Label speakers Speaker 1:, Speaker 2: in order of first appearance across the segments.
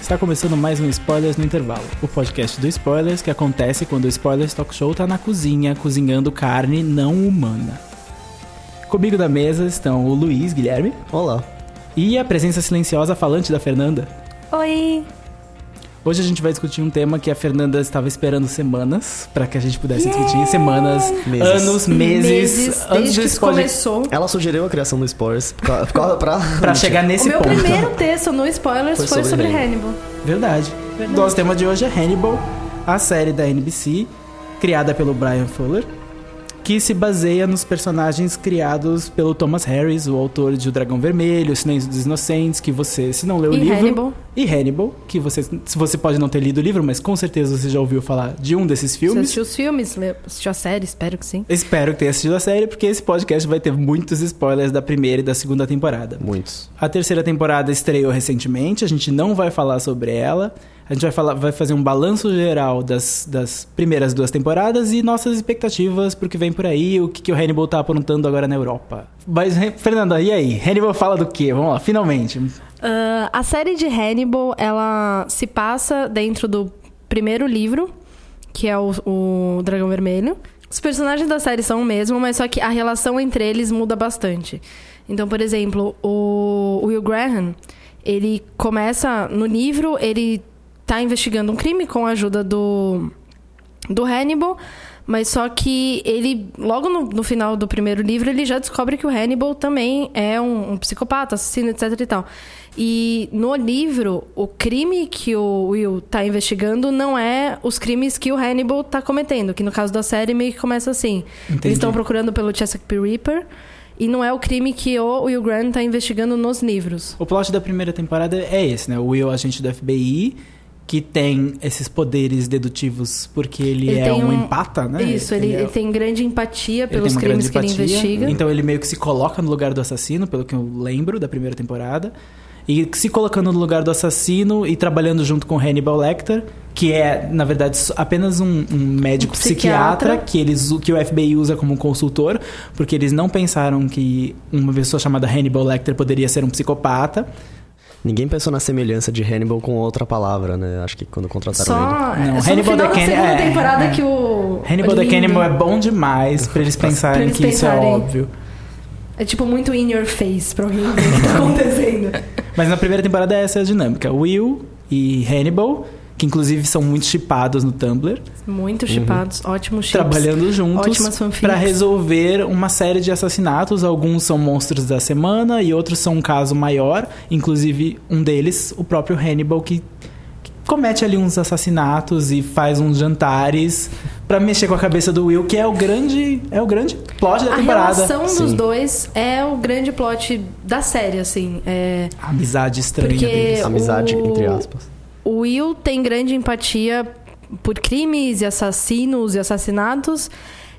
Speaker 1: Está começando mais um Spoilers no Intervalo, o podcast do Spoilers que acontece quando o Spoilers Talk Show tá na cozinha, cozinhando carne não humana. Comigo da mesa estão o Luiz Guilherme
Speaker 2: Olá.
Speaker 1: e a presença silenciosa falante da Fernanda.
Speaker 3: Oi!
Speaker 1: Hoje a gente vai discutir um tema que a Fernanda estava esperando semanas para que a gente pudesse discutir semanas,
Speaker 2: Meses.
Speaker 1: anos, meses, antes
Speaker 3: desde que
Speaker 1: desse podcast
Speaker 3: isso começou.
Speaker 2: Ela sugeriu a criação do Spoilers pra, pra, pra-
Speaker 1: para chegar
Speaker 3: O
Speaker 1: nesse
Speaker 3: meu
Speaker 1: ponto.
Speaker 3: primeiro texto no Spoilers
Speaker 2: Foi
Speaker 3: foi,
Speaker 2: sobre
Speaker 3: sobre, Hannibal.
Speaker 1: Verdade. Nosso tema de hoje é Hannibal, a série da NBC, criada pelo Brian Fuller, que se baseia nos personagens criados pelo Thomas Harris, o autor de O Dragão Vermelho, O Silêncio dos Inocentes, que você, se não leu É o
Speaker 3: E
Speaker 1: livro...
Speaker 3: Hannibal.
Speaker 1: E Hannibal, que você, se você pode não ter lido o livro, mas com certeza você já ouviu falar de um desses
Speaker 3: Você
Speaker 1: filmes.
Speaker 3: assistiu os filmes? Leu- Assistiu a série? Espero que sim.
Speaker 1: Espero que tenha assistido a série, porque esse podcast vai ter muitos spoilers da primeira e da segunda temporada.
Speaker 2: Muitos.
Speaker 1: A terceira temporada estreou recentemente, a gente não vai falar sobre ela. A gente vai, falar, vai fazer um balanço geral das, das primeiras duas temporadas e nossas expectativas pro que vem por aí, o que, que o Hannibal tá aprontando agora na Europa. Mas, Re- Fernanda, e aí? Hannibal fala do quê? Vamos lá, finalmente.
Speaker 3: Ah, a série de Hannibal, ela se passa dentro do primeiro livro, que é o, o Dragão Vermelho. Os personagens da série são o mesmo, mas só que a relação entre eles muda bastante. Então, por exemplo, o Will Graham, ele começa no livro, ele tá investigando um crime com a ajuda do do Hannibal, mas só que ele, logo no, no final do primeiro livro, ele já descobre que o Hannibal também é um, um psicopata, assassino, etc e tal. E no livro, o crime que o Will tá investigando não é os crimes que o Hannibal tá cometendo, que no caso da série meio que começa assim.
Speaker 1: Entendi.
Speaker 3: Eles estão procurando pelo Chesapeake Reaper, e não é o crime que o Will Grant tá investigando nos livros.
Speaker 1: O plot da primeira temporada é esse, né? O Will, agente do FBI, que tem esses poderes dedutivos porque ele,
Speaker 3: Ele
Speaker 1: é
Speaker 3: tem
Speaker 1: um,
Speaker 3: um-
Speaker 1: empata, né?
Speaker 3: Isso, ele,
Speaker 1: é-
Speaker 3: ele tem grande empatia pelos
Speaker 1: uma
Speaker 3: crimes
Speaker 1: grande
Speaker 3: que ele
Speaker 1: empatia.
Speaker 3: investiga.
Speaker 1: Então ele meio que se coloca no lugar do assassino, pelo que eu lembro da primeira temporada. E se colocando no lugar do assassino e trabalhando junto com Hannibal Lecter, que é, na verdade, só- apenas um, um médico
Speaker 3: Um
Speaker 1: psiquiatra,
Speaker 3: psiquiatra.
Speaker 1: que, eles, u- que o FBI usa como consultor, porque eles não pensaram que uma pessoa chamada Hannibal Lecter poderia ser um psicopata.
Speaker 2: Ninguém pensou na semelhança de Hannibal com outra palavra, né? Acho que quando contrataram ele.
Speaker 3: Só,
Speaker 1: Não,
Speaker 3: é só
Speaker 1: Hannibal
Speaker 3: no final
Speaker 1: the
Speaker 3: da
Speaker 1: Can-
Speaker 3: segunda
Speaker 1: é,
Speaker 3: temporada
Speaker 1: é.
Speaker 3: que o...
Speaker 1: Hannibal the
Speaker 3: lindo.
Speaker 1: Cannibal é bom demais pra eles pensarem
Speaker 3: eles
Speaker 1: que isso
Speaker 3: pensarem.
Speaker 1: é óbvio.
Speaker 3: É tipo muito in your face pra alguém ver o que tá acontecendo.
Speaker 1: Mas na primeira temporada essa é a dinâmica. Will e Hannibal, que inclusive são muito chipados no Tumblr,
Speaker 3: Muito chipados, ótimos chips.
Speaker 1: trabalhando juntos
Speaker 3: Ótimas fanfics.
Speaker 1: para resolver uma série de assassinatos. Alguns são monstros da semana e outros são um caso maior. Inclusive, um deles, o próprio Hannibal, que, que comete ali uns assassinatos e faz uns jantares para mexer com a cabeça do Will, que é o grande, é o grande plot da
Speaker 3: A
Speaker 1: temporada.
Speaker 3: relação dos
Speaker 2: Sim.
Speaker 3: dois é o grande plot da série, assim. É...
Speaker 1: A amizade estranha
Speaker 3: Porque-
Speaker 1: deles.
Speaker 2: Amizade,
Speaker 3: o-
Speaker 2: entre aspas.
Speaker 3: O Will tem grande empatia por crimes e assassinos e assassinatos.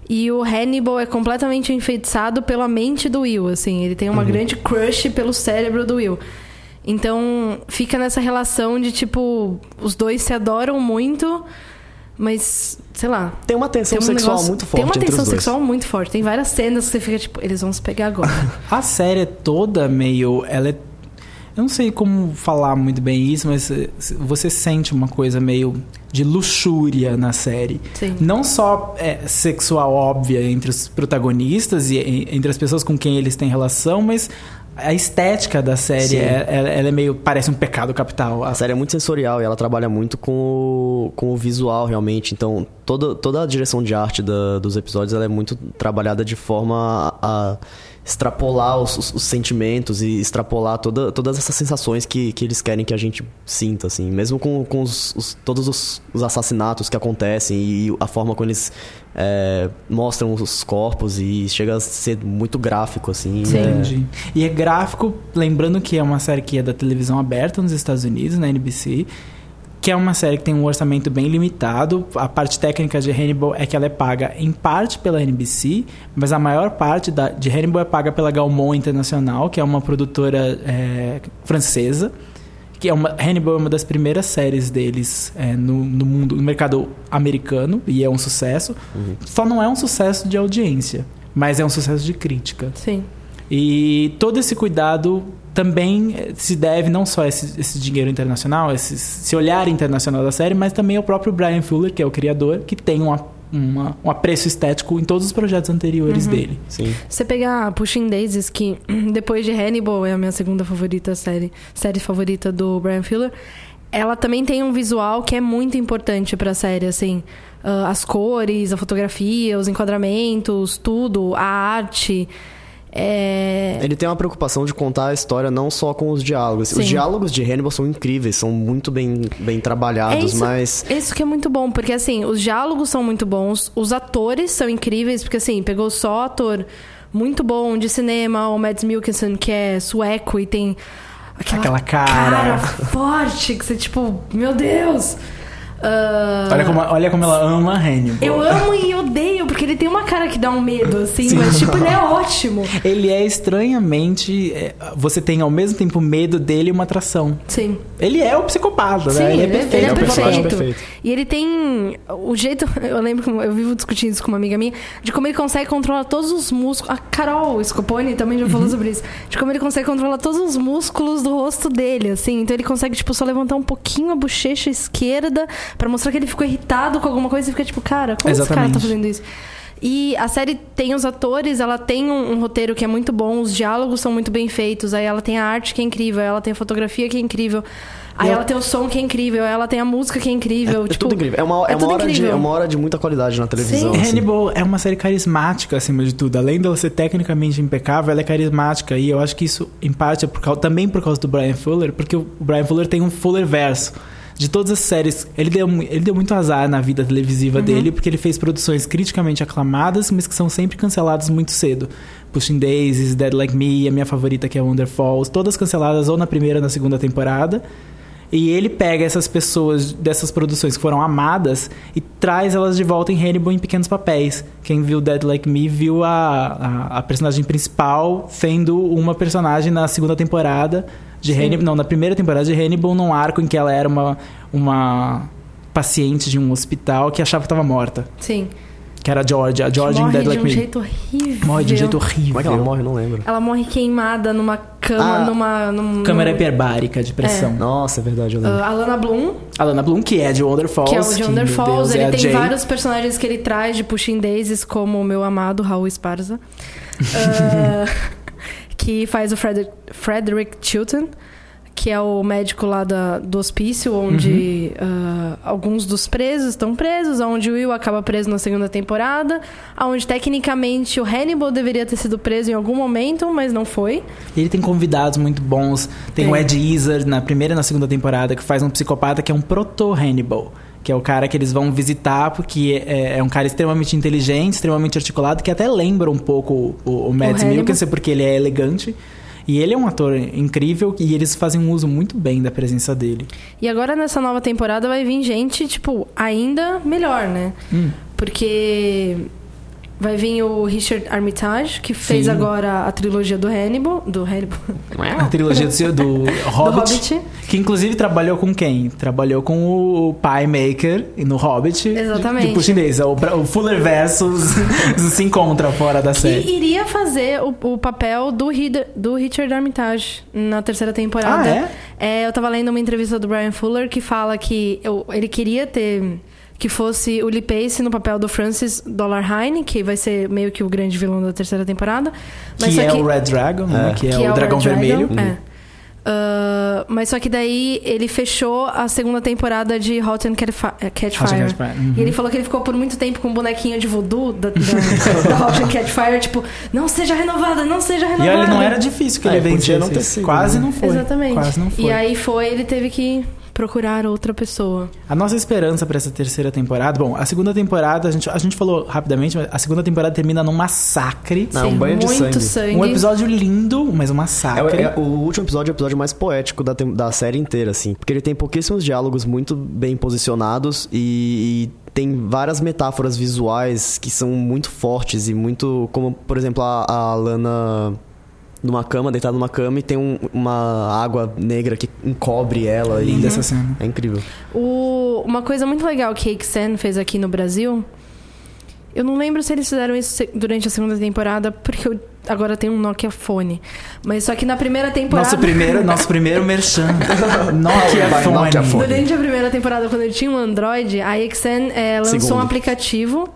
Speaker 3: E o Hannibal é completamente enfeitiçado pela mente do Will, assim. Ele tem uma
Speaker 2: Uhum.
Speaker 3: grande crush pelo cérebro do Will. Então, fica nessa relação de, tipo, os dois se adoram muito, mas, sei lá.
Speaker 2: Tem uma tensão
Speaker 3: um
Speaker 2: sexual
Speaker 3: negócio-
Speaker 2: muito forte
Speaker 3: Tem uma
Speaker 2: entre
Speaker 3: tensão
Speaker 2: os dois.
Speaker 3: sexual muito forte. Tem várias cenas que você fica, tipo, eles vão se pegar agora.
Speaker 1: A série é toda meio. Ela é. Eu não sei como falar muito bem isso, mas eh, você sente uma coisa meio de luxúria na série.
Speaker 3: Sim.
Speaker 1: Não só é, sexual óbvia entre os protagonistas e e- entre as pessoas com quem eles têm relação, mas a estética da série
Speaker 2: Sim.
Speaker 1: é, ela, ela é meio. parece um pecado capital. A
Speaker 2: A série é muito sensorial e ela trabalha muito com o, com o visual, realmente. Então, toda, toda a direção de arte da- dos episódios ela é muito trabalhada de forma a, a extrapolar os, os- os sentimentos e extrapolar toda- todas essas sensações que, que eles querem que a gente sinta, assim. Mesmo com, com os- os- todos os, os assassinatos que acontecem e a forma como eles é, mostram os corpos e chega a ser muito gráfico, assim.
Speaker 3: Sim.
Speaker 2: É,
Speaker 1: Entendi. E é gráfico, lembrando que é uma série que é da televisão aberta nos Estados Unidos, na NBC, que é uma série que tem um orçamento bem limitado. A parte técnica de Hannibal é que ela é paga em parte pela NBC, mas a maior parte da- de Hannibal é paga pela Gaumont Internacional, que é uma produtora é, francesa. Que é uma, Hannibal é uma das primeiras séries deles é, no, no mundo, no mercado americano, e é um sucesso.
Speaker 2: Uhum.
Speaker 1: Só não é um sucesso de audiência, mas é um sucesso de crítica.
Speaker 3: Sim.
Speaker 1: E todo esse cuidado também se deve não só a esse, esse dinheiro internacional, esse, esse olhar internacional da série, mas também ao próprio Brian Fuller, que é o criador, que tem uma, uma, um apreço estético em todos os projetos anteriores dele.
Speaker 2: Sim.
Speaker 3: Você pegar Pushing Daisies, que depois de Hannibal é a minha segunda favorita série, série favorita do Brian Fuller, ela também tem um visual que é muito importante pra série, assim. Ah, as cores, a fotografia, os enquadramentos, tudo, a arte. É...
Speaker 2: Ele tem uma preocupação de contar a história não só com os diálogos.
Speaker 3: Sim.
Speaker 2: Os diálogos de Hannibal são incríveis, são muito bem, bem
Speaker 3: É
Speaker 2: trabalhados,
Speaker 3: isso,
Speaker 2: mas.
Speaker 3: é isso que é muito bom, porque assim, os diálogos são muito bons, os atores são incríveis, porque assim, pegou só ator muito bom de cinema, o Mads Mikkelsen, que é sueco e tem aquela,
Speaker 1: Aquela cara.
Speaker 3: forte, que você tipo, meu Deus! Ah,
Speaker 1: Olha, como, olha como ela ama Hannibal.
Speaker 3: Eu amo e odeio, porque ele tem uma cara que dá um medo, assim, mas tipo, ele é ótimo.
Speaker 1: Ele é estranhamente. é, Você tem ao mesmo tempo medo dele e uma atração.
Speaker 3: Sim.
Speaker 1: Ele é o psicopata,
Speaker 3: Sim,
Speaker 1: né? Ele é
Speaker 3: ele,
Speaker 1: perfeito.
Speaker 3: ele é
Speaker 2: o personagem
Speaker 3: perfeito.
Speaker 2: perfeito.
Speaker 3: E ele tem o jeito. Eu lembro que eu vivo discutindo isso com uma amiga minha, de como ele consegue controlar todos os músculos. A Carol Scopone também já
Speaker 1: Uhum.
Speaker 3: falou sobre isso. De como ele consegue controlar todos os músculos do rosto dele, assim. Então ele consegue, tipo, só levantar um pouquinho a bochecha esquerda pra mostrar que ele ficou irritado com alguma coisa e fica tipo, cara, como esse cara tá
Speaker 1: Exatamente.
Speaker 3: fazendo isso? E a série tem os atores, ela tem um, um roteiro que é muito bom, os diálogos são muito bem feitos, aí ela tem a arte que é incrível, aí ela tem a fotografia que é incrível, aí
Speaker 1: E
Speaker 3: ela
Speaker 1: ela-
Speaker 3: tem o som que é incrível, aí ela tem a música que é incrível.
Speaker 2: É
Speaker 3: tipo,
Speaker 2: tudo incrível. É uma, é uma
Speaker 3: tudo
Speaker 2: hora de,
Speaker 3: incrível.
Speaker 2: é uma hora de muita qualidade na televisão.
Speaker 3: Sim.
Speaker 2: assim.
Speaker 1: Hannibal é uma série carismática, acima de tudo. Além dela ser tecnicamente impecável, ela é carismática. E eu acho que isso, em parte, é por causa- também por causa do Brian Fuller, porque o Brian Fuller tem um Fuller verso. De todas as séries, ele deu, mu- ele deu muito azar na vida televisiva
Speaker 3: Uhum.
Speaker 1: dele, porque ele fez produções criticamente aclamadas, mas que são sempre canceladas muito cedo. Pushing Daisies, Dead Like Me, a minha favorita que é Wonder Falls, todas canceladas ou na primeira ou na segunda temporada. E ele pega essas pessoas dessas produções que foram amadas e traz elas de volta em Hannibal em pequenos papéis. Quem viu Dead Like Me viu a, a, a personagem principal sendo uma personagem na segunda temporada de Hannibal. Não, na primeira temporada de Hannibal, num arco em que ela era uma, uma paciente de um hospital que achava que estava morta.
Speaker 3: Sim.
Speaker 1: Que era a Georgia. A Georgia
Speaker 3: morre
Speaker 1: em Dead
Speaker 3: de
Speaker 1: Like
Speaker 3: um
Speaker 1: Me.
Speaker 3: jeito horrível.
Speaker 1: Morre de um jeito horrível.
Speaker 2: Como é que ela morre? Eu Não lembro.
Speaker 3: Ela morre queimada numa cama,
Speaker 2: Ah. é
Speaker 3: numa. num-
Speaker 1: Câmera
Speaker 3: num-
Speaker 1: hiperbárica de pressão.
Speaker 2: Nossa, é verdade, eu lembro.
Speaker 3: Ah, a Lana Bloom,
Speaker 1: A Lana Bloom, que é de Wonder Falls.
Speaker 3: que é o de
Speaker 1: meu
Speaker 3: Under Falls,
Speaker 1: Deus, é
Speaker 3: ele
Speaker 1: a
Speaker 3: tem
Speaker 1: Jay.
Speaker 3: vários personagens que ele traz de Pushing Daisies, como o meu amado Raul Esparza, Ah, que faz o Frederick, Frederick Chilton, que é o médico lá da- do hospício, onde
Speaker 1: Uhum.
Speaker 3: ah, alguns dos presos estão presos, onde o Will acaba preso na segunda temporada, onde tecnicamente o Hannibal deveria ter sido preso em algum momento, mas não foi.
Speaker 1: E Ele tem convidados muito bons. Tem,
Speaker 3: Tem.
Speaker 1: o Ed Izzard na primeira e na segunda temporada, que faz um psicopata que é um proto-Hannibal. Que é o cara que eles vão visitar, porque é, é um cara extremamente inteligente, extremamente articulado, que até lembra um pouco o, o Mads
Speaker 3: Hannibal.
Speaker 1: Mikkelsen, porque ele é elegante. E ele é um ator incrível e eles fazem um uso muito bem da presença dele.
Speaker 3: E agora nessa nova temporada vai vir gente, tipo, ainda melhor, né?
Speaker 1: Hum.
Speaker 3: Porque vai vir o Richard Armitage, que fez
Speaker 1: Sim.
Speaker 3: agora a trilogia do Hannibal. Do Hannibal.
Speaker 1: A trilogia do, seu- É. do Hobbit,
Speaker 3: Hobbit.
Speaker 1: Que inclusive trabalhou com quem? Trabalhou com o Pie Maker no Hobbit.
Speaker 3: Exatamente.
Speaker 1: Tipo chinês. O, Bra- o Fuller versus se encontra fora da
Speaker 3: Que
Speaker 1: série.
Speaker 3: iria fazer o, o papel do, Rid- do Richard Armitage na terceira temporada.
Speaker 1: Ah,
Speaker 3: É, eu tava lendo uma entrevista do Brian Fuller que fala que eu- ele queria ter que fosse o Lee Pace no papel do Francis Dollarhine, que vai ser meio que o grande vilão da terceira temporada. Mas
Speaker 1: que
Speaker 3: só
Speaker 1: é o Red Dragon, né? que, é o
Speaker 3: Red
Speaker 1: dragão
Speaker 3: Dragon,
Speaker 1: vermelho.
Speaker 3: é. Ah, mas só que daí ele fechou a segunda temporada de Hot and Catfi- eh,
Speaker 1: Hot
Speaker 3: Catfire.
Speaker 1: and Catfire, uhum.
Speaker 3: E ele falou que ele ficou por muito tempo com um bonequinho de voodoo da, da, da Hot and Catfire, tipo, não seja renovada, não seja
Speaker 1: E
Speaker 3: renovada.
Speaker 1: olha, não era difícil que
Speaker 2: É,
Speaker 1: ele
Speaker 2: podia
Speaker 1: vencesse.
Speaker 2: não ter sido,
Speaker 1: Quase
Speaker 2: né?
Speaker 1: não foi.
Speaker 3: Exatamente.
Speaker 1: Quase não foi.
Speaker 3: E aí foi, ele teve que procurar outra pessoa.
Speaker 1: A nossa esperança pra essa terceira temporada... Bom, a segunda temporada, a gente, a gente falou rapidamente, mas a segunda temporada termina num massacre.
Speaker 2: Não, um
Speaker 3: Sim,
Speaker 2: banho de
Speaker 3: muito
Speaker 2: sangue.
Speaker 1: Um episódio lindo, mas um
Speaker 2: É o-
Speaker 1: massacre.
Speaker 2: é o último episódio é o episódio mais poético da, tem- da série inteira, assim. Porque ele tem pouquíssimos diálogos muito bem posicionados e, e tem várias metáforas visuais que são muito fortes e muito. Como, por exemplo, a, a Lana numa cama, deitada numa cama e tem um- uma água negra que encobre ela. e-
Speaker 3: Uhum.
Speaker 1: Linda essa cena.
Speaker 2: É incrível.
Speaker 3: O- uma coisa muito legal que a Sen fez aqui no Brasil. Eu não lembro se eles fizeram isso se- durante a segunda temporada, porque eu agora tem um Nokia Phone. Mas só que na primeira temporada.
Speaker 1: Nosso primeiro, nosso primeiro merchan. Nokia
Speaker 2: Vai,
Speaker 1: Phone.
Speaker 2: Nokia Phone.
Speaker 3: Durante a primeira temporada, quando eu tinha um Android, a Exen eh, lançou
Speaker 2: Segundo.
Speaker 3: um aplicativo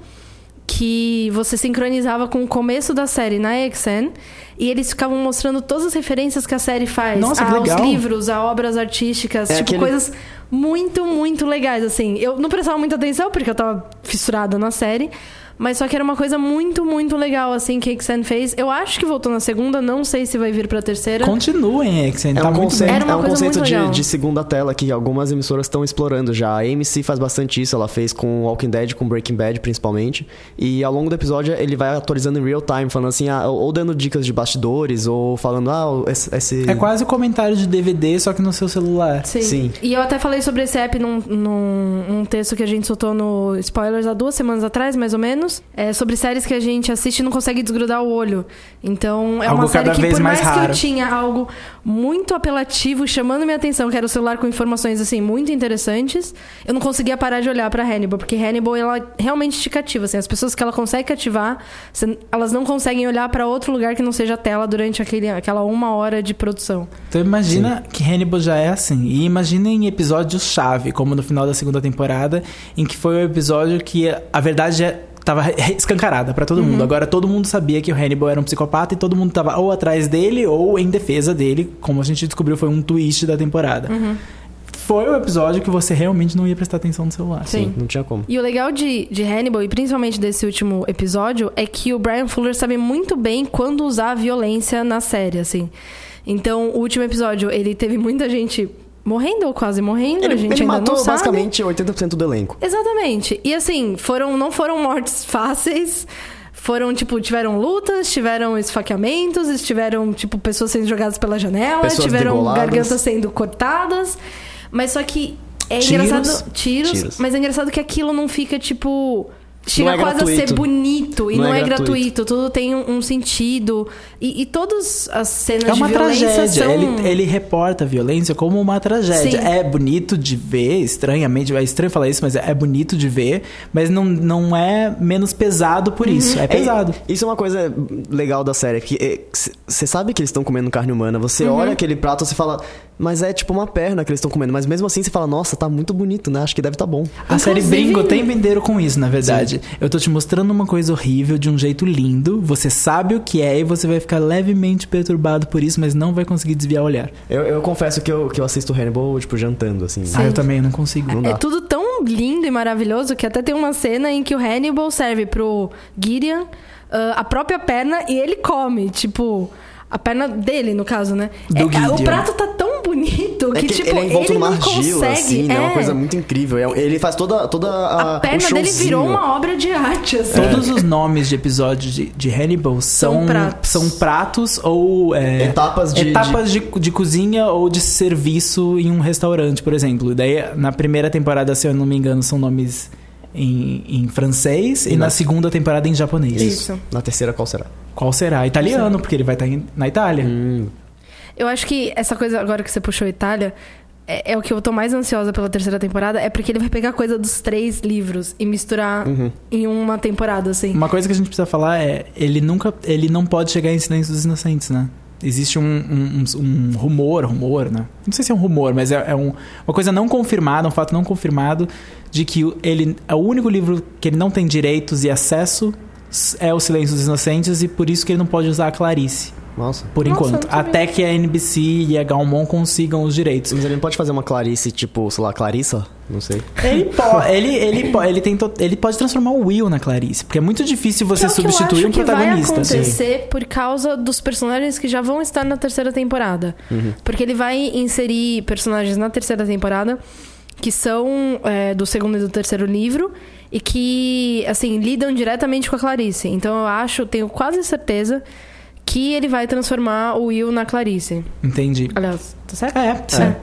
Speaker 3: que você sincronizava com o começo da série na Exen e eles ficavam mostrando todas as referências que a série faz
Speaker 1: Nossa, que
Speaker 3: aos
Speaker 1: legal.
Speaker 3: livros, a obras artísticas,
Speaker 2: É
Speaker 3: tipo
Speaker 2: aquele-
Speaker 3: coisas muito, muito legais assim. Eu não prestava muita atenção porque eu tava fissurada na série. Mas só que era uma coisa muito, muito legal, assim, que a Exen fez. Eu acho que voltou na segunda, não sei se vai vir pra terceira.
Speaker 1: Continuem, Exen.
Speaker 2: É
Speaker 1: tá
Speaker 2: um
Speaker 1: muito bem.
Speaker 3: Era
Speaker 2: conceito,
Speaker 3: uma
Speaker 2: é um
Speaker 3: coisa
Speaker 2: conceito
Speaker 3: muito
Speaker 2: de,
Speaker 3: legal.
Speaker 2: de segunda tela que algumas emissoras estão explorando já. A AMC faz bastante isso, ela fez com Walking Dead, com Breaking Bad principalmente. E ao longo do episódio ele vai atualizando em real time, falando assim, ah, ou dando dicas de bastidores, ou falando, ah, esse. esse-
Speaker 1: É quase o comentário de DVD, só que no seu celular.
Speaker 3: Sim.
Speaker 2: Sim.
Speaker 3: E eu até falei sobre esse app num, num, num texto que a gente soltou no Spoilers há duas semanas atrás, mais ou menos. É sobre séries que a gente assiste e não consegue desgrudar o olho. Então, é
Speaker 1: Algo
Speaker 3: uma série
Speaker 1: cada
Speaker 3: que,
Speaker 1: vez
Speaker 3: por
Speaker 1: mais
Speaker 3: mais, que
Speaker 1: raro.
Speaker 3: eu tinha algo muito apelativo, chamando minha atenção, que era o celular com informações, assim, muito interessantes, eu não conseguia parar de olhar pra Hannibal, porque Hannibal, ela realmente te cativa, assim. As pessoas que ela consegue cativar, você- elas não conseguem olhar pra outro lugar que não seja a tela durante aquele, aquela uma hora de produção.
Speaker 1: Então imagina que Hannibal já é assim. E imagina em episódios chave, como no final da segunda temporada, em que foi o episódio que a verdade já tava re- escancarada pra todo mundo. Agora todo mundo sabia que o Hannibal era um psicopata e todo mundo tava ou atrás dele ou em defesa dele, como a gente descobriu foi um twist da temporada. Foi o episódio que você realmente não ia prestar atenção no celular.
Speaker 2: Sim, não tinha como.
Speaker 3: E o legal de, de Hannibal, e principalmente desse último episódio, é que o Brian Fuller sabe muito bem quando usar a violência na série, assim. Então, o último episódio, ele teve muita gente morrendo ou quase morrendo, a
Speaker 2: Ele,
Speaker 3: gente
Speaker 2: ele
Speaker 3: ainda
Speaker 2: matou
Speaker 3: não sabe.
Speaker 2: basicamente 80% do elenco.
Speaker 3: Exatamente. E assim, foram, não foram mortes fáceis. Foram, tipo, tiveram lutas, tiveram esfaqueamentos, tiveram, tipo, pessoas sendo jogadas pela janela,
Speaker 2: Pessoas
Speaker 3: tiveram
Speaker 2: degoladas.
Speaker 3: gargantas sendo cortadas. Mas só que é
Speaker 1: Tiros.
Speaker 3: engraçado. Tiros,
Speaker 2: Tiros.
Speaker 3: mas é engraçado que aquilo não fica, tipo. Chega
Speaker 2: é
Speaker 3: quase a
Speaker 2: gratuito.
Speaker 3: ser bonito e
Speaker 2: Não
Speaker 3: não,
Speaker 2: é
Speaker 3: é,
Speaker 2: gratuito.
Speaker 3: gratuito. Tudo tem um, um sentido. E, e todas as cenas
Speaker 1: É uma
Speaker 3: de violência
Speaker 1: tragédia.
Speaker 3: são...
Speaker 1: Ele, ele reporta a violência como uma tragédia.
Speaker 3: Sim.
Speaker 1: É bonito de ver, estranhamente. É estranho falar isso, mas é bonito de ver. Mas não, não é menos pesado
Speaker 3: Uhum.
Speaker 1: por isso. É pesado.
Speaker 2: É, isso é uma coisa legal da série, é que você sabe que eles estão comendo carne humana, você olha aquele prato e fala, mas é tipo uma perna que eles estão comendo, mas mesmo assim você fala, nossa, tá muito bonito, né? Acho que deve tá bom.
Speaker 1: A série
Speaker 3: Inclusive-
Speaker 1: brinca o tempo inteiro com isso, na verdade. Eu tô te mostrando uma coisa horrível de um jeito lindo. Você sabe o que é e você vai ficar levemente perturbado por isso, mas não vai conseguir desviar o olhar.
Speaker 2: Eu, eu confesso que eu, que eu assisto Hannibal, tipo, jantando, assim.
Speaker 1: Ah, eu também não consigo.
Speaker 2: Não dá.
Speaker 3: É tudo tão lindo e maravilhoso que até tem uma cena em que o Hannibal serve pro Gideon ah, a própria perna e ele come, tipo, a perna dele, no caso, né?
Speaker 1: Do
Speaker 3: É,
Speaker 1: Gideon.
Speaker 3: o prato tá tão bonito que,
Speaker 2: É que
Speaker 3: tipo,
Speaker 2: ele é envolto
Speaker 3: não
Speaker 2: numa argila,
Speaker 3: consegue.
Speaker 2: assim, né? É uma
Speaker 3: é.
Speaker 2: coisa muito incrível. É um- Ele faz toda, toda a.
Speaker 3: a
Speaker 2: o
Speaker 3: perna dele
Speaker 2: showzinho.
Speaker 3: virou uma obra de arte, assim.
Speaker 1: Todos os nomes de episódios de, de Hannibal são, são,
Speaker 3: São
Speaker 1: pratos.
Speaker 3: pratos.
Speaker 1: ou é,
Speaker 2: Etapas de-
Speaker 1: etapas de... de cozinha ou de serviço em um restaurante, por exemplo. Daí, na primeira temporada, se eu não me engano, são nomes em, em francês e na
Speaker 2: Nossa.
Speaker 1: segunda temporada em japonês.
Speaker 3: Isso.
Speaker 2: Na terceira, qual será?
Speaker 1: Qual será? Italiano, porque ele vai estar em- na
Speaker 2: Hum.
Speaker 1: Itália.
Speaker 3: Hum, Eu acho que essa coisa, agora que você puxou a Itália, é, é o que eu tô mais ansiosa pela terceira temporada, é porque ele vai pegar coisa dos três livros e misturar
Speaker 2: Uhum.
Speaker 3: em uma temporada, assim.
Speaker 1: Uma coisa que a gente precisa falar é, ele nunca, ele não pode chegar em silêncio dos inocentes, né? Existe um, um, um- um rumor, rumor, né? Não sei se é um rumor, mas é, é um- uma coisa não confirmada, um fato não confirmado, de que o- ele é o único livro que ele não tem direitos e acesso s- é o Silêncio dos Inocentes e por isso que ele não pode usar a Clarice,
Speaker 2: Nossa.
Speaker 1: por
Speaker 3: Nossa,
Speaker 1: enquanto.
Speaker 3: eu não sabia.
Speaker 1: Até que a NBC e a Gaumont consigam os direitos.
Speaker 2: Mas ele não pode fazer uma Clarice, tipo, sei lá, Clarissa? Não sei.
Speaker 1: Ele, po- ele, ele, po- ele, tem to- ele pode transformar o Will na Clarice, porque é muito difícil
Speaker 3: Que
Speaker 1: você
Speaker 3: é o que
Speaker 1: substituir
Speaker 3: eu acho
Speaker 1: um
Speaker 3: que
Speaker 1: protagonista.
Speaker 3: Vai
Speaker 1: assim.
Speaker 3: acontecer por causa dos personagens que já vão estar na terceira temporada. Porque ele vai inserir personagens na terceira temporada que são é, do segundo e do terceiro livro e que, assim, lidam diretamente com a Clarice. Então eu acho, tenho quase certeza que ele vai transformar o Will na Clarice.
Speaker 1: Entendi.
Speaker 3: Aliás, tá certo?
Speaker 1: É, sim.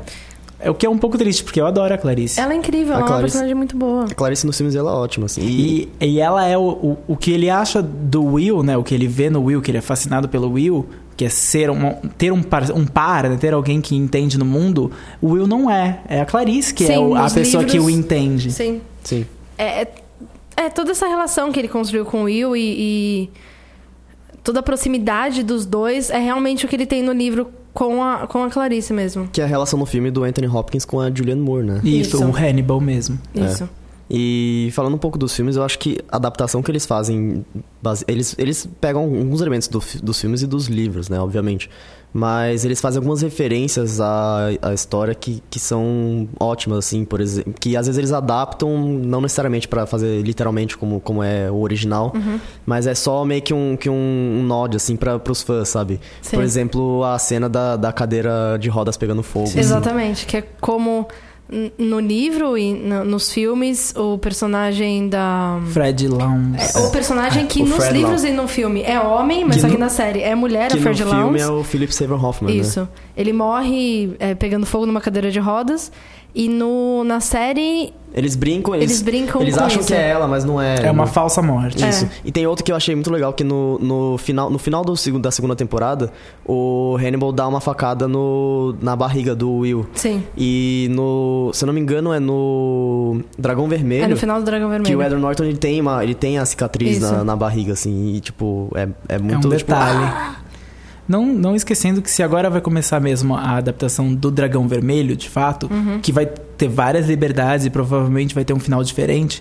Speaker 1: É o que é um pouco triste, porque eu adoro a Clarice.
Speaker 3: Ela é incrível,
Speaker 2: A
Speaker 3: ela é uma
Speaker 2: Clarice-
Speaker 3: personagem muito boa.
Speaker 2: A Clarice nos filmes ela é ótima, assim. E,
Speaker 1: E, e ela é o, o, o que ele acha do Will, né? O que ele vê no Will, que ele é fascinado pelo Will, que é ser um, ter um par, um par né, ter alguém que entende no mundo. O Will não é. É a Clarice que é
Speaker 3: Sim,
Speaker 1: o- a
Speaker 3: nos
Speaker 1: pessoa que o
Speaker 3: livros-
Speaker 1: entende.
Speaker 3: Sim.
Speaker 2: Sim.
Speaker 3: É, é- é toda essa relação que ele construiu com o Will e. e toda a proximidade dos dois é realmente o que ele tem no livro com a, com a Clarice mesmo.
Speaker 2: Que é a relação no filme do Anthony Hopkins com a Julianne Moore, né?
Speaker 1: Isso,
Speaker 3: Isso.
Speaker 1: o Hannibal mesmo.
Speaker 2: É.
Speaker 3: Isso.
Speaker 2: E falando um pouco dos filmes, eu acho que a adaptação que eles fazem, base- eles, eles pegam alguns elementos do fi- dos filmes e dos livros, né, obviamente. Mas eles fazem algumas referências à, à história que, que são ótimas, assim, por exemplo. Que às vezes eles adaptam, não necessariamente pra fazer literalmente como, como é o original,
Speaker 3: Uhum.
Speaker 2: mas é só meio que um, que um, um nod, assim, para pros fãs, sabe?
Speaker 3: Sim.
Speaker 2: Por exemplo, a cena da, da cadeira de rodas pegando fogo.
Speaker 3: Exatamente, que é como n- no livro e no- nos filmes o personagem da
Speaker 1: Fred Lounge.
Speaker 3: Hum. É, o personagem que
Speaker 2: O
Speaker 3: nos
Speaker 2: Fred
Speaker 3: livros
Speaker 2: Lau.
Speaker 3: e no filme é homem, mas
Speaker 2: Que
Speaker 3: só que
Speaker 2: no-
Speaker 3: na série é mulher,
Speaker 2: Que
Speaker 3: a
Speaker 2: no
Speaker 3: Fred
Speaker 2: filme
Speaker 3: Lounge.
Speaker 2: é o Philip Seymour Hoffman, né?
Speaker 3: Isso. Ele morre é, pegando fogo numa cadeira de rodas. E no, na série.
Speaker 2: Eles brincam, eles,
Speaker 3: Eles brincam
Speaker 2: Eles
Speaker 3: com
Speaker 2: acham
Speaker 3: isso.
Speaker 2: que é ela, mas não é.
Speaker 1: É uma
Speaker 2: Não-
Speaker 1: falsa morte.
Speaker 3: É.
Speaker 2: Isso. E tem outro que eu achei muito legal, que no, no final, no final do, segu- da segunda temporada, o Hannibal dá uma facada no, na barriga do Will.
Speaker 3: Sim.
Speaker 2: E no. Se eu não me engano, é no. Dragão Vermelho.
Speaker 3: É no final do Dragão
Speaker 2: Que
Speaker 3: Vermelho.
Speaker 2: o Edward Norton ele tem, uma, ele tem a cicatriz
Speaker 3: Isso.
Speaker 2: na, na barriga, assim, e tipo, é, é
Speaker 1: É um
Speaker 2: muito. tipo,
Speaker 1: detalhe. Não, não esquecendo que se agora vai começar mesmo a adaptação do Dragão Vermelho, de fato,
Speaker 3: Uhum.
Speaker 1: que vai ter várias liberdades e provavelmente vai ter um final diferente.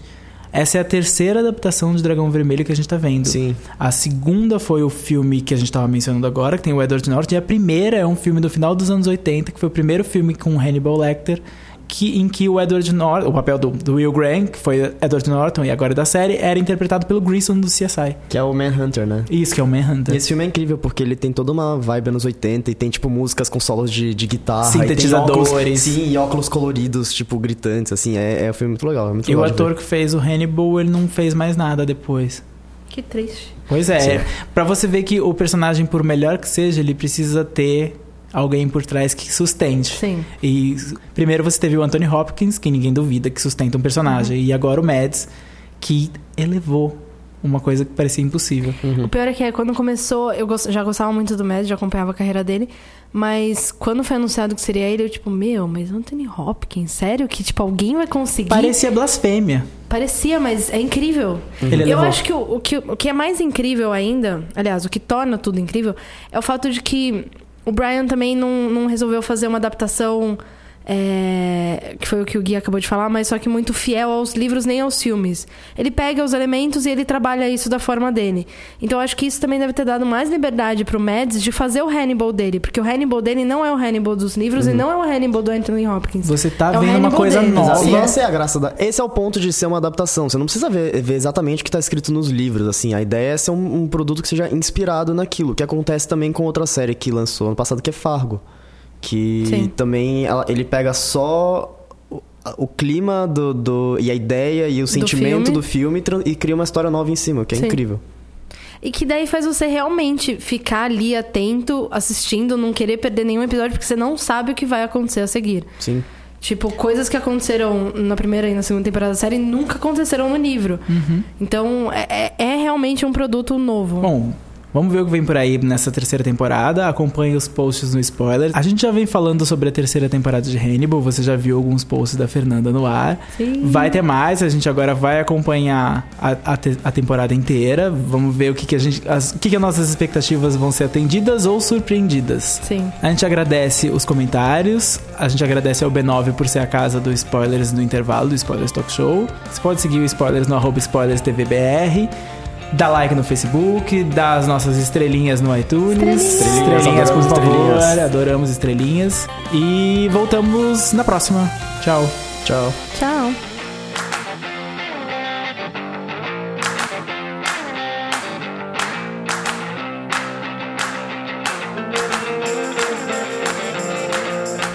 Speaker 1: Essa é a terceira adaptação de Dragão Vermelho que a gente tá vendo.
Speaker 2: Sim.
Speaker 1: A segunda foi o filme que a gente tava mencionando agora, que tem o Edward Norton, e a primeira é um filme do final dos anos 80, que foi o primeiro filme com Hannibal Lecter, que, em que o Edward Norton, o papel do, do Will Graham, que foi Edward Norton e agora é da série, era interpretado pelo Grissom do CSI.
Speaker 2: que é o Manhunter, né?
Speaker 1: Isso que é o
Speaker 2: E
Speaker 1: Manhunter.
Speaker 2: esse filme é incrível porque ele tem toda uma vibe anos 80 e tem, tipo, músicas com solos de, de guitarra. e tem
Speaker 1: Sintetizadores.
Speaker 2: óculos- sim, e óculos coloridos, tipo, gritantes, assim. É, é um filme muito legal. É muito
Speaker 1: E o
Speaker 2: legal de ver.
Speaker 1: ator que fez o Hannibal, ele não fez mais nada depois.
Speaker 3: Que triste.
Speaker 1: Pois é, pra você ver que o personagem, por melhor que seja, ele precisa ter alguém por trás que sustente.
Speaker 3: Sim.
Speaker 1: E primeiro você teve o Anthony Hopkins, que ninguém duvida que sustenta um personagem,
Speaker 3: Uhum.
Speaker 1: e agora o Mads, que elevou uma coisa que parecia impossível.
Speaker 3: O pior é que é, quando começou, eu gos- já gostava muito do Mads, já acompanhava a carreira dele. Mas quando foi anunciado que seria ele, eu tipo, meu, mas Anthony Hopkins, sério? Que tipo, alguém vai conseguir?
Speaker 1: Parecia blasfêmia.
Speaker 3: Parecia, mas é incrível.
Speaker 1: Uhum. Ele
Speaker 3: eu
Speaker 1: elevou.
Speaker 3: acho que o, o que o que é mais incrível ainda, aliás, o que torna tudo incrível, é o fato de que o Brian também não, não resolveu fazer uma adaptação. é, que foi o que o Gui acabou de falar, mas só que muito fiel aos livros nem aos filmes. Ele pega os elementos e ele trabalha isso da forma dele. Então eu acho que isso também deve ter dado mais liberdade pro Mads de fazer o Hannibal dele, porque o Hannibal dele não é o Hannibal dos livros e não é o Hannibal do Anthony Hopkins.
Speaker 1: Uhum. Você tá
Speaker 3: É o
Speaker 1: vendo uma
Speaker 3: Hannibal
Speaker 1: coisa
Speaker 3: dele.
Speaker 1: nova.
Speaker 2: Exato. E
Speaker 3: Sim.
Speaker 2: essa é a graça da. Esse é o ponto de ser uma adaptação. Você não precisa ver, ver exatamente o que está escrito nos livros, assim. A ideia é ser um, um produto que seja inspirado naquilo, que acontece também com outra série que lançou ano passado, que é Fargo. Que
Speaker 3: Sim.
Speaker 2: também ela- ele pega só o, o clima do, do- e a ideia e o sentimento
Speaker 3: filme.
Speaker 2: do filme, e tran- e cria uma história nova em cima, que é
Speaker 3: Sim.
Speaker 2: incrível.
Speaker 3: E que daí faz você realmente ficar ali atento, assistindo, não querer perder nenhum episódio, porque você não sabe o que vai acontecer a seguir.
Speaker 2: Sim.
Speaker 3: Tipo, coisas que aconteceram na primeira e na segunda temporada da série nunca aconteceram no livro. Então, é, é- é realmente um produto novo.
Speaker 1: Bom, vamos ver o que vem por aí nessa terceira temporada. Acompanhe os posts no spoiler. A gente já vem falando sobre a terceira temporada de Hannibal. Você já viu alguns posts da Fernanda no ar.
Speaker 3: Sim.
Speaker 1: Vai ter mais. A gente agora vai acompanhar a, a te- a temporada inteira. Vamos ver o que, que a gente, as, o que, que as nossas expectativas vão ser atendidas ou surpreendidas.
Speaker 3: Sim.
Speaker 1: A gente agradece os comentários, a gente agradece ao B9 por ser a casa do Spoilers no intervalo do Spoilers Talk Show. Você pode seguir o Spoilers no arroba Spoilers TVBR, dá like no Facebook, dá as nossas estrelinhas no iTunes.
Speaker 2: Estrelinhas.
Speaker 1: estrelinhas por
Speaker 2: Adoramos
Speaker 1: favor,
Speaker 2: estrelinhas.
Speaker 1: adoramos estrelinhas. E voltamos na próxima. Tchau.
Speaker 2: Tchau.
Speaker 3: Tchau.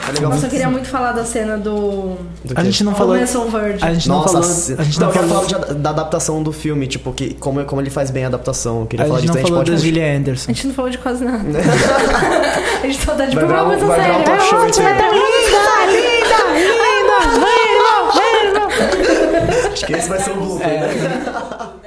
Speaker 2: É legal.
Speaker 3: Nossa, eu queria muito falar da cena do.
Speaker 2: Do
Speaker 1: A
Speaker 2: quê?
Speaker 1: gente não falou.
Speaker 3: Manson Verge.
Speaker 1: A gente não
Speaker 2: Nossa,
Speaker 1: falou.
Speaker 2: se-
Speaker 1: A gente
Speaker 2: não,
Speaker 1: não
Speaker 2: eu quero
Speaker 1: falou.
Speaker 2: falar de- da adaptação do filme, tipo, que, como, como ele faz bem a adaptação. Eu queria
Speaker 1: A
Speaker 2: falar
Speaker 1: gente
Speaker 2: disso, então
Speaker 1: não falou da
Speaker 2: pode
Speaker 1: Gillian Anderson.
Speaker 3: A gente não falou de quase nada. a gente só tá de
Speaker 2: Vai virar um-
Speaker 3: problema
Speaker 2: vai virar um
Speaker 3: sério.
Speaker 2: talk show inteiro.
Speaker 3: linda, linda, linda, linda, linda.
Speaker 1: É.
Speaker 2: Acho que esse vai ser o blooper, um né?